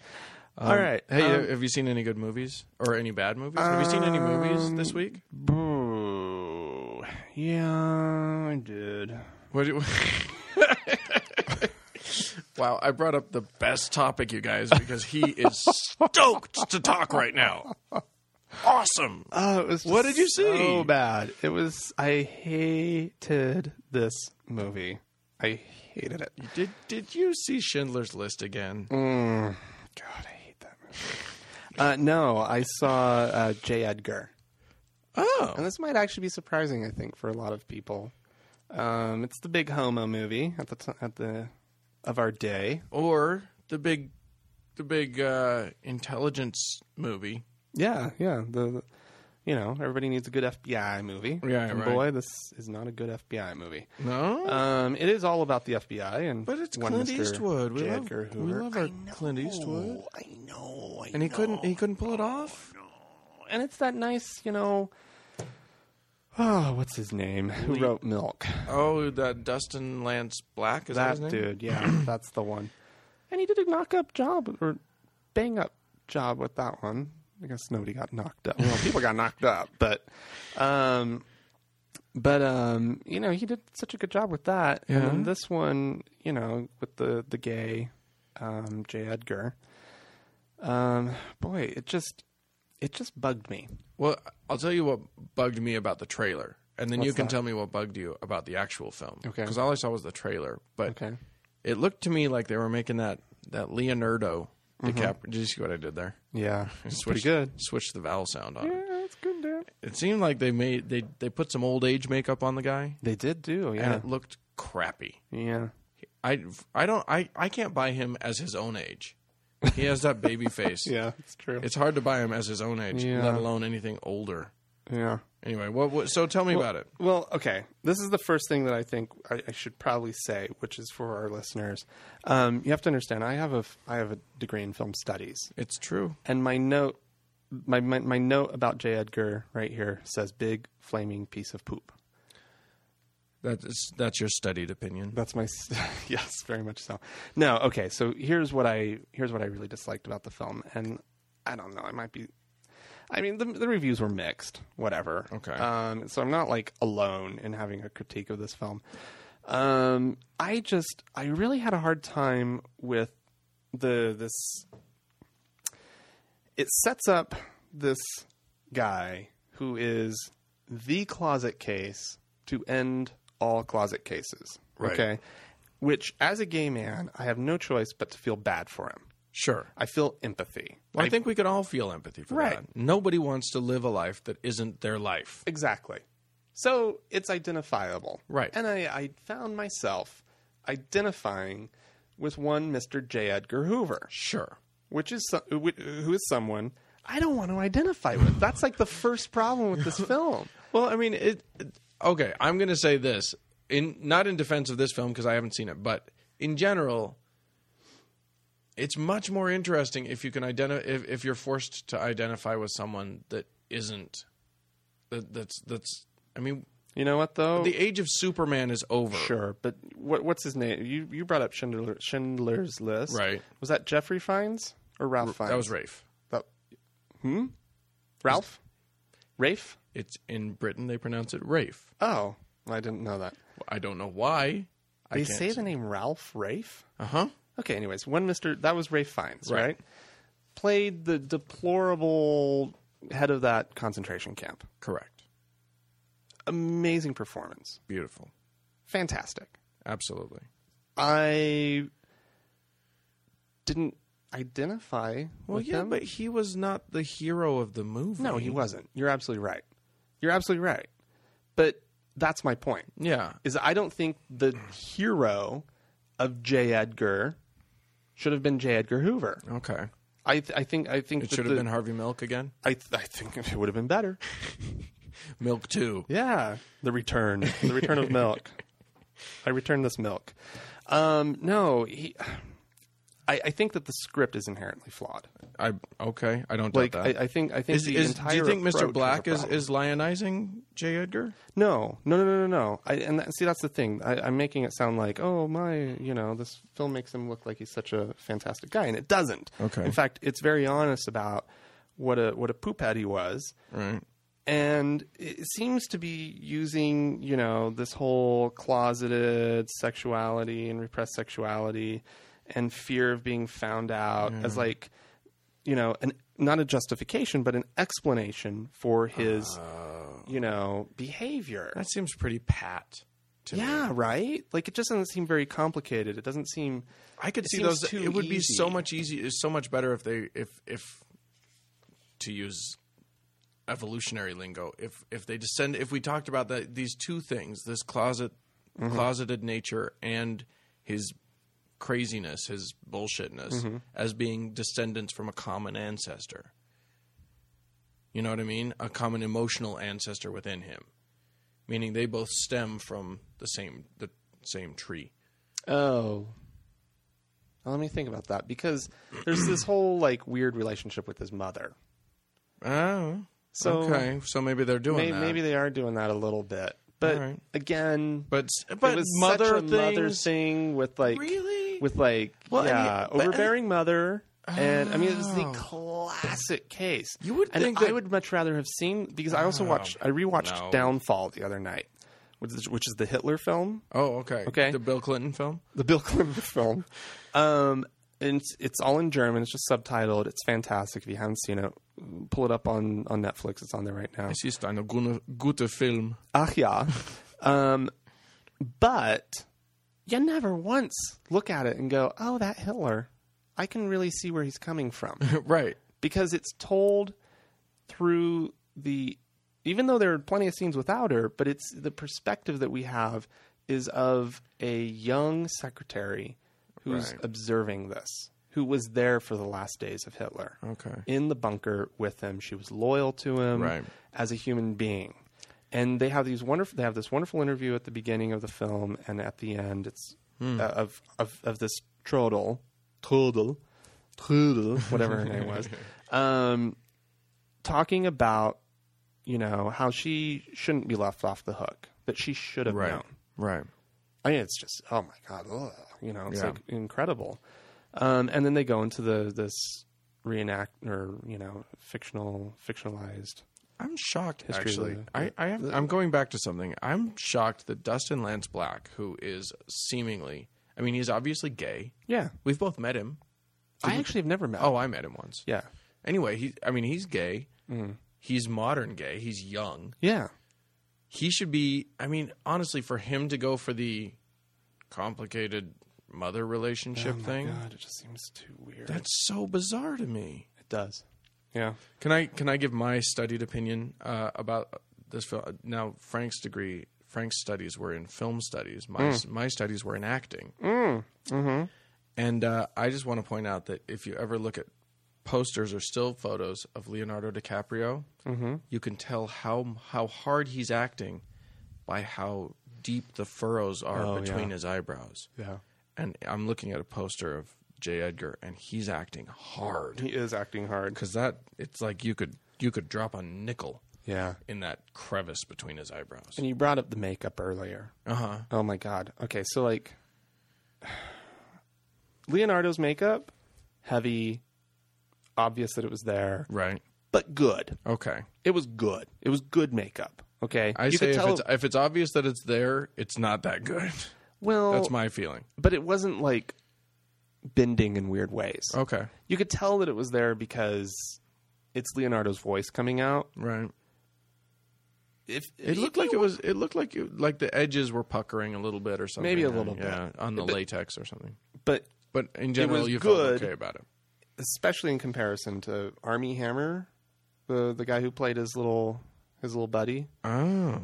all right,
Hey,
um,
have you seen any good movies or any bad movies? have you seen any movies
um,
this week?
Boo. Yeah, I did.
What do you- wow, I brought up the best topic, you guys, because he is stoked to talk right now. Awesome.
Oh, it was
What did you
just So
see?
bad. It was. I hated this movie. I hated it.
Did Did you see Schindler's List again?
God, I hate that movie. Uh, no, I saw uh, J. Edgar,
Oh,
and this might actually be surprising. I think for a lot of people, um, it's the big homo movie at the t- at the of our day.
or the big, the big uh, intelligence movie.
Yeah, yeah. The, the- you know everybody needs a good FBI movie.
Yeah,
and
right.
boy, this is not a good FBI movie.
No,
Um, it is all about the FBI and
but it's
one
Clint
Mr.
Eastwood. We
J.
love,
Edgar
we
Hoover.
love our
I know,
Clint Eastwood,
I know. I
and he
know.
couldn't he couldn't pull it off.
and it's that nice, you know. Oh, what's his name? Who wrote Milk?
Oh, that Dustin Lance Black is that, his
That
name?
dude, yeah, that's the one. And he did a knock up job or bang up job with that one. I guess nobody got knocked up. Well, people got knocked up, but, um, but um, you know, he did such a good job with that. And then
Yeah.
this one, you know, with the the gay, um, J. Edgar. Um, boy, it just it just bugged me.
Well, I'll tell you what bugged me about the trailer, and then you
What's
can
that?
tell me what bugged you about the actual film.
Okay.
Because all I saw was the trailer, but
Okay.
it looked to me like they were making that that Leonardo DiCaprio. Did you see what I did there?
Yeah, Mm-hmm. it's pretty
Switched-
good.
Switched the vowel sound on. it.
Yeah, it's good, dude.
It seemed like they made they they put some old age makeup on the guy,
They did do,
and
yeah,
it looked crappy.
yeah.
I I don't I I can't buy him as his own age. He has that baby face.
Yeah, it's true.
It's hard to buy him as his own age,
Yeah.
let alone anything older.
yeah.
Anyway, what, what so tell me about it.
Well, okay. This is the first thing that I think I, I should probably say, which is for our listeners. Um, you have to understand, I have a f- I have a degree in film studies,
It's true.
and my note my my, my note about J. Edgar right here says big flaming piece of poop.
That's that's your studied opinion.
That's my s- yes, very much so. No, okay. So here's what I here's what I really disliked about the film, and I don't know. I might be. I mean, the, the reviews were mixed. Whatever.
Okay.
Um, so I'm not like alone in having a critique of this film. Um, I just I really had a hard time with the this it sets up this guy who is the closet case to end all closet cases.
Right.
Okay. Which, as a gay man, I have no choice but to feel bad for him.
Sure.
I feel empathy.
Well, I think we could all feel empathy for
Right.
that. Nobody wants to live a life that isn't their life.
Exactly. So it's identifiable.
Right.
And I, I found myself identifying with one Mr. J. Edgar Hoover.
Sure.
which is so- wh- who is someone I don't want to identify with. That's like the first problem with this film.
Well, I mean, it. it- okay, I'm going to say this in not in defense of this film because I haven't seen it, but in general, it's much more interesting if you can identify if, if you're forced to identify with someone that isn't that that's that's. I mean,
You know what though?
the age of Superman is over.
sure, but what, what's his name? You you brought up Schindler, Schindler's List,
Right.
Was that Jeffrey Fiennes or Ralph Fiennes?
That was Rafe.
That- hmm. Ralph. Rafe.
It's in Britain they pronounce it Rafe.
Oh, I didn't know that.
I don't know why.
They say the name Ralph Rafe.
Uh huh.
Okay, anyways, one Mister that was Ray Fiennes, right.
Right.
Played the deplorable head of that concentration camp.
Correct.
Amazing performance,
Beautiful.
fantastic.
Absolutely.
I didn't identify
Well,
with
yeah,
him.
but he was not the hero of the movie.
no, he wasn't. You're absolutely right. You're absolutely right. But that's my point.
Yeah.
Is I don't think the hero of J. Edgar should have been J. Edgar Hoover.
Okay.
I, th- I think I think
It
that
should have
the-
been Harvey Milk again.
I, th- I think it would have been better.
Milk too.
Yeah, the return, the return of milk. I return this milk. Um, no, he, I, I think that the script is inherently flawed.
I okay. I don't
Like
doubt
I,
that.
I think I think
Is-
the
is-
entire
do you think
approach
Mr.
a
Black is,
problem.
is lionizing J. Edgar?
No, no, no, no, no, no. I, and that, see, that's the thing. I, I'm making it sound like, oh my, you know, this film makes him look like he's such a fantastic guy, and it doesn't.
Okay.
In fact, it's very honest about what a what a poophead he was,
Right.
and it seems to be using, you know, this whole closeted sexuality and repressed sexuality and fear of being found out as
Mm.
like, you know, an not a justification, but an explanation for his.
Ah.
you know, behavior.
That seems pretty pat. To Me.
Yeah, right. Like it just doesn't seem very complicated. It doesn't seem.
I could
It
see
seems
those.
too
It would be so
easy.
much easier, so much better if they, if, if, to use evolutionary lingo, if if they descend, if we talked about that, these two things, this closet,
Mm-hmm.
closeted nature, and his craziness, his bullshitness,
Mm-hmm.
as being descendants from a common ancestor. You know what I mean? A common emotional ancestor within him, meaning they both stem from the same the same tree.
Oh. Let me think about that because there's this whole like weird relationship with his mother.
Oh.
So
okay, so maybe they're doing
may-
that.
maybe they are doing that a little bit, but
All right.
again,
but
it
but
was
mother
such a
things,
mother thing with like
Really?
with like
Well, I
yeah
mean, but- uh,
overbearing mother. And I mean, it was the
Oh.
classic case.
You would
and
think
I
that- Oh,
would much rather have seen because I also watched. I rewatched
no.
Downfall the other night, which is, which is the Hitler film,
Oh, okay.
Okay.
The Bill Clinton film.
the Bill Clinton film. Um, and it's, it's all in German. It's just subtitled. It's fantastic. If you haven't seen it, pull it up on on Netflix. It's on there right now.
Es ist eine gute, gute Film.
Ach ja. Um, but you never once look at it and go, oh, that Hitler. I can really see where he's coming from.
right.
because it's told through the, even though there are plenty of scenes without her, but it's the perspective that we have is of a young secretary who's
Right.
observing this, who was there for the last days of Hitler.
Okay.
Mm-hmm. In the bunker with him. She was loyal to him
Right.
as a human being. And they have these wonderful. They have this wonderful interview at the beginning of the film, and at the end, it's
Hmm.
uh, of of of this troddle, troddle, troddle, whatever her name was, um, talking about you know how she shouldn't be left off the hook, that she should have
Right.
known.
Right.
I mean, it's just oh my god, ugh. you know, it's
Yeah.
like incredible. Um, and then they go into the this reenact or you know fictional fictionalized
I'm shocked.
History of
actually,
the-
I, I have, I'm going back to something. I'm shocked that Dustin Lance Black, who is seemingly, I mean, he's obviously gay.
yeah.
We've both met him.
I actually have never met.
Oh, I met him once.
yeah,
Anyway, he, I mean, he's gay. He's modern gay. He's young.
yeah.
he should be i mean honestly for him to go for the complicated mother relationship thing
Oh God, it just seems too weird.
that's so bizarre to me
it does. Yeah.
can i can i give my studied opinion uh, about this film now frank's degree frank's studies were in film studies
Mm.
my my studies were in acting mm. mm-hmm. and uh, i just want to point out that if you ever look at posters or still photos of leonardo dicaprio
Mm-hmm.
you can tell how how hard he's acting by how deep the furrows are
Oh,
between
yeah.
his eyebrows
Yeah.
and i'm looking at a poster of j edgar and he's acting hard
He is acting hard.
because that it's like you could you could drop a nickel
Yeah.
in that crevice between his eyebrows.
And you brought up the makeup earlier.
Uh huh.
Oh my god. Okay, so like Leonardo's makeup, heavy, obvious that it was there,
Right.
but good.
Okay.
It was good. It was good makeup. Okay,
I say if it's uh, if it's obvious that it's there, it's not that good.
well,
That's my feeling.
but it wasn't like bending in weird ways.
Okay.
You could tell that it was there because it's Leonardo's voice coming out.
Right.
If
It looked like it was. It looked like it, like the edges were puckering a little bit or something.
Maybe a little bit.
Yeah, on the latex or something.
but
But in general,
was
you
good.
felt okay about it.
especially in comparison to Army Hammer, the the guy who played his little his little buddy.
Oh.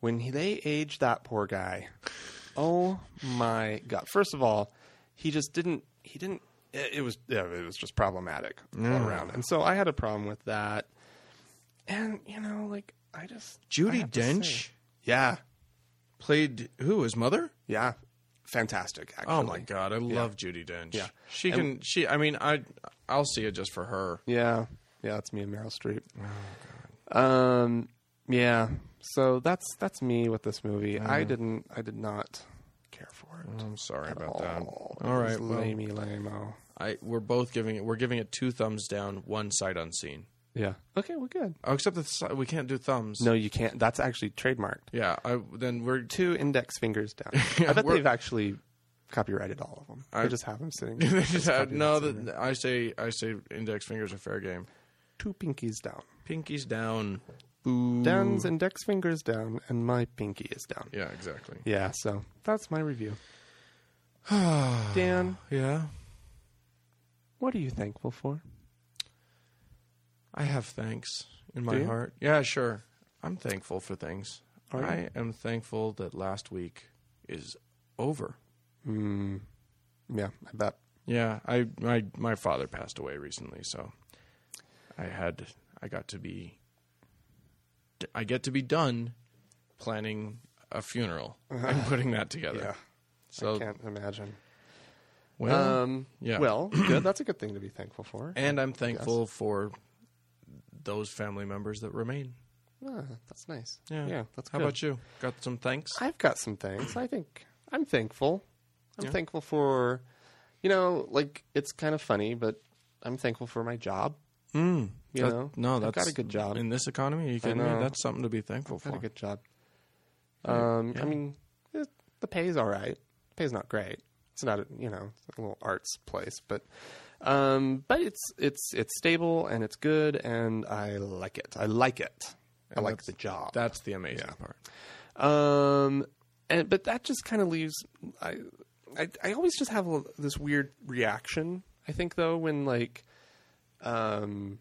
When he, they aged that poor guy, oh my god! First of all, he just didn't he didn't it, it was yeah, it was just problematic all around. And so I had a problem with that. And you know, like I just I
Judy
have to say-
Dench
yeah,
played who? His mother?
yeah, fantastic. Actually.
Oh my god, I love Judy Dench.
Yeah.
she can. she. I mean, I. I'll see it just for her.
Yeah, yeah, it's me and Meryl Streep.
Oh,
Um, yeah. So that's that's me with this movie. I didn't. I did not care for it.
I'm sorry Mm, about
all.
that. All right, well,
lamey lameo.
I we're both giving it. We're giving it two thumbs down, one sight unseen.
Yeah. Okay, we're good.
Oh, except that si- we can't do thumbs.
No, you can't. That's actually trademarked.
Yeah. I then we're two.
Two index fingers down. I bet
we're-
they've actually copyrighted all of them. I just have them sitting. there.
no, the, I say I say index fingers are fair game.
Two pinkies down.
Pinkies down. Boo.
Dan's index fingers down, and my pinky is down.
Yeah. Exactly.
Yeah, so that's my review. Dan,
Yeah.
what are you thankful for?
I have thanks in my
you?
heart. Yeah, sure. I'm thankful for things.
Are you?
I am thankful that last week is over.
Yeah, I bet.
Yeah, I my my father passed away recently, so I had I got to be I get to be done planning a funeral and putting that together.
Uh-huh. Yeah.
So
Can't imagine.
well,
Um,
yeah.
Well, good. That's a good thing to be thankful for.
and I'm thankful for those family members that remain.
Ah, that's nice.
Yeah.
that's
How
good.
about you? Got some thanks?
I've got some things. I think I'm thankful. I'm thankful for, you know, like it's kind of funny, but I'm thankful for my job. You
Hmm. That-
know,
no, that's
I've got a good job.
in this economy. Are you kidding me?
know.
That's something to be thankful for.
Got a good job. Um, I mean, it, the pay's all right. pay's not great. It's not a, you know it's a little arts place, but um, but it's it's it's stable and it's good and I like it. I like it. I like the job.
That's the amazing part.
Um, and but that just kind of leaves I, I I always just have a, this weird reaction. I think though when like, um,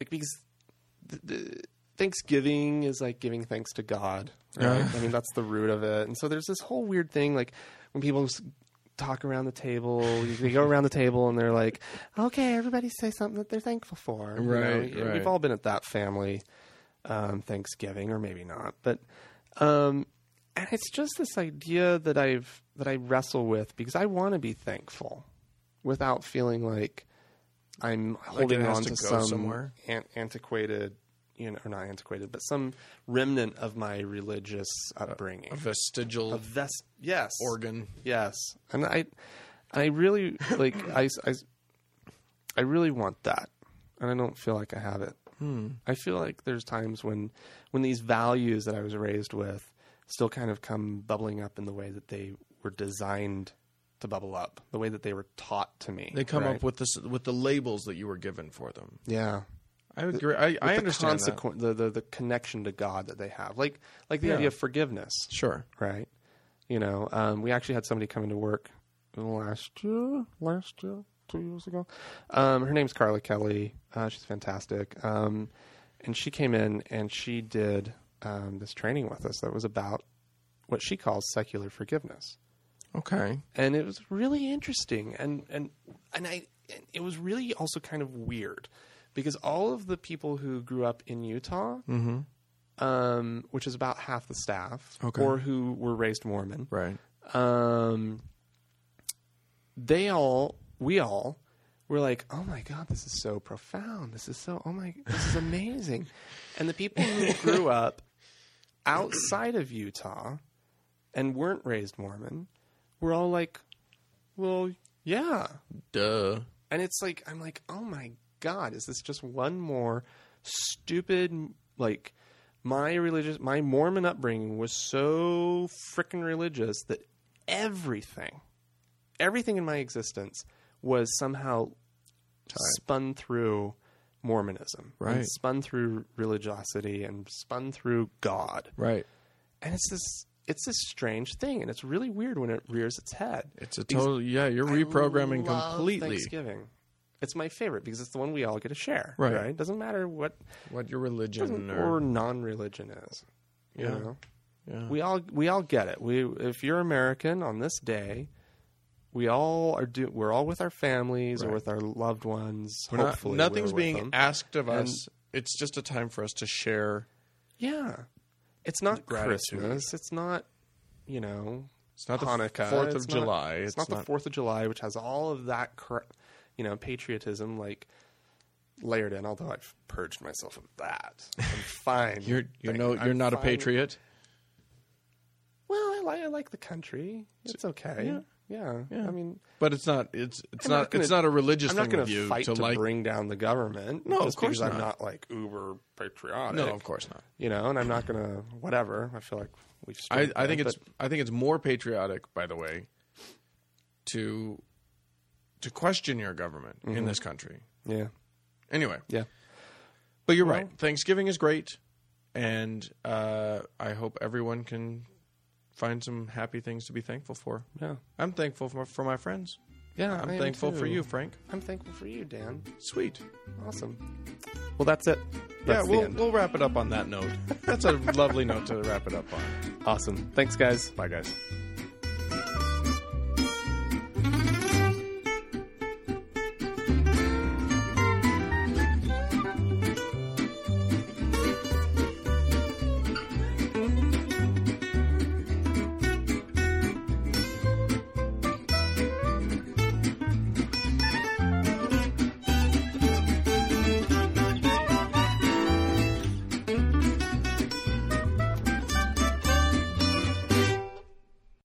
like because the, the Thanksgiving is like giving thanks to God, right? I mean that's the root of it, and so there's this whole weird thing like when people. s Talk around the table. They go around the table and they're like, "Okay, everybody say something that they're thankful for." you know?
Right,
Yeah,
right.
We've all been at that family um, Thanksgiving, or maybe not. But um, and it's just this idea that I've that I wrestle with because I want to be thankful without feeling like I'm holding
has
on
to
to,
go
some
somewhere.
an- antiquated, you know, or not antiquated, but some remnant of my religious upbringing.
A vestigial
Vest, yes,
organ.
yes, and I, I really like I, I, I really want that, and I don't feel like I have it.
Hmm.
I feel like there's times when when these values that I was raised with still kind of come bubbling up in the way that they were designed to bubble up, the way that they were taught to me.
They come
right?
up with this with the labels that you were given for them.
yeah.
I agree. I, I
The
understand that.
consequen- the, the the connection to God that they have, like like the idea of forgiveness.
Sure.
right? You know, um, we actually had somebody come into work last year, last year, two years ago. Um, her name's Carla Kelly. Uh, she's fantastic. Um, and she came in and she did um, this training with us that was about what she calls secular forgiveness
Okay.
and it was really interesting and and and I and it was really also kind of weird because all of the people who grew up in Utah, um, which is about half the staff,
Okay.
or who were raised Mormon,
Right.
um, they all, we all, were like, "Oh my god, this is so profound. This is so, oh my, this is amazing." and the people who grew up outside of Utah and weren't raised Mormon were all like, "Well, yeah."
Duh.
And it's like, I'm like, "Oh my god, is this just one more stupid like?" My religious, my Mormon upbringing was so freaking religious that everything everything in my existence was somehow spun through Mormonism, and
Right.
spun through religiosity, and spun through God.
Right.
And it's this it's this strange thing, and it's really weird when it rears its head.
It's a total. Yeah, you're reprogramming
Love
completely
Thanksgiving. It's my favorite because it's the one we all get to share.
Right.
Doesn't matter what
what your religion
or
or
non-religion is. You
Yeah.
know,
Yeah.
we all we all get it. We if you're American on this day, we all are do we're all with our families or
Right.
with our loved ones.
We're not,
hopefully,
nothing's
we're with
being
them.
asked of
And-
us. It's just a time for us to share.
Yeah, it's not
Gratitude.
Christmas. It's not you know
It's not the
Hanukkah.
Fourth
It's
of
not-
July.
It's, not, the Fourth of July, which has all of that, cra- you know, patriotism like layered in. Although I've purged myself of that, I'm fine.
You're you're
Thank-
no
I'm
you're not a
fine with-
patriot.
Well, I like I like the country. It's okay. Yeah,
Yeah.
I mean,
But it's not it's it's
I'm
not,
not gonna-
it's not a religious
I'm
thing
not going
of you
to fight
to,
to
like
bring down the government.
No, of
just
course
because I'm
not.
not like uber patriotic.
No, of course not.
You know, and I'm not going to whatever. I feel like we've.
I,
strayed
I
there,
think it's
but-
I think it's more patriotic, by the way, to to question your government
Mm-hmm.
in this country.
yeah,
Anyway,
yeah.
but you're right. Thanksgiving is great, and uh, I hope everyone can find some happy things to be thankful for.
Yeah.
I'm thankful for, for my friends.
Yeah,
I'm
I am
thankful for
too.
you, Frank.
I'm thankful for you, Dan.
Sweet.
Awesome. Well, that's it. That's
yeah,
the
we'll
end.
we'll wrap it up on that note. That's a lovely note to wrap it up on.
awesome. Thanks, guys.
Bye, guys.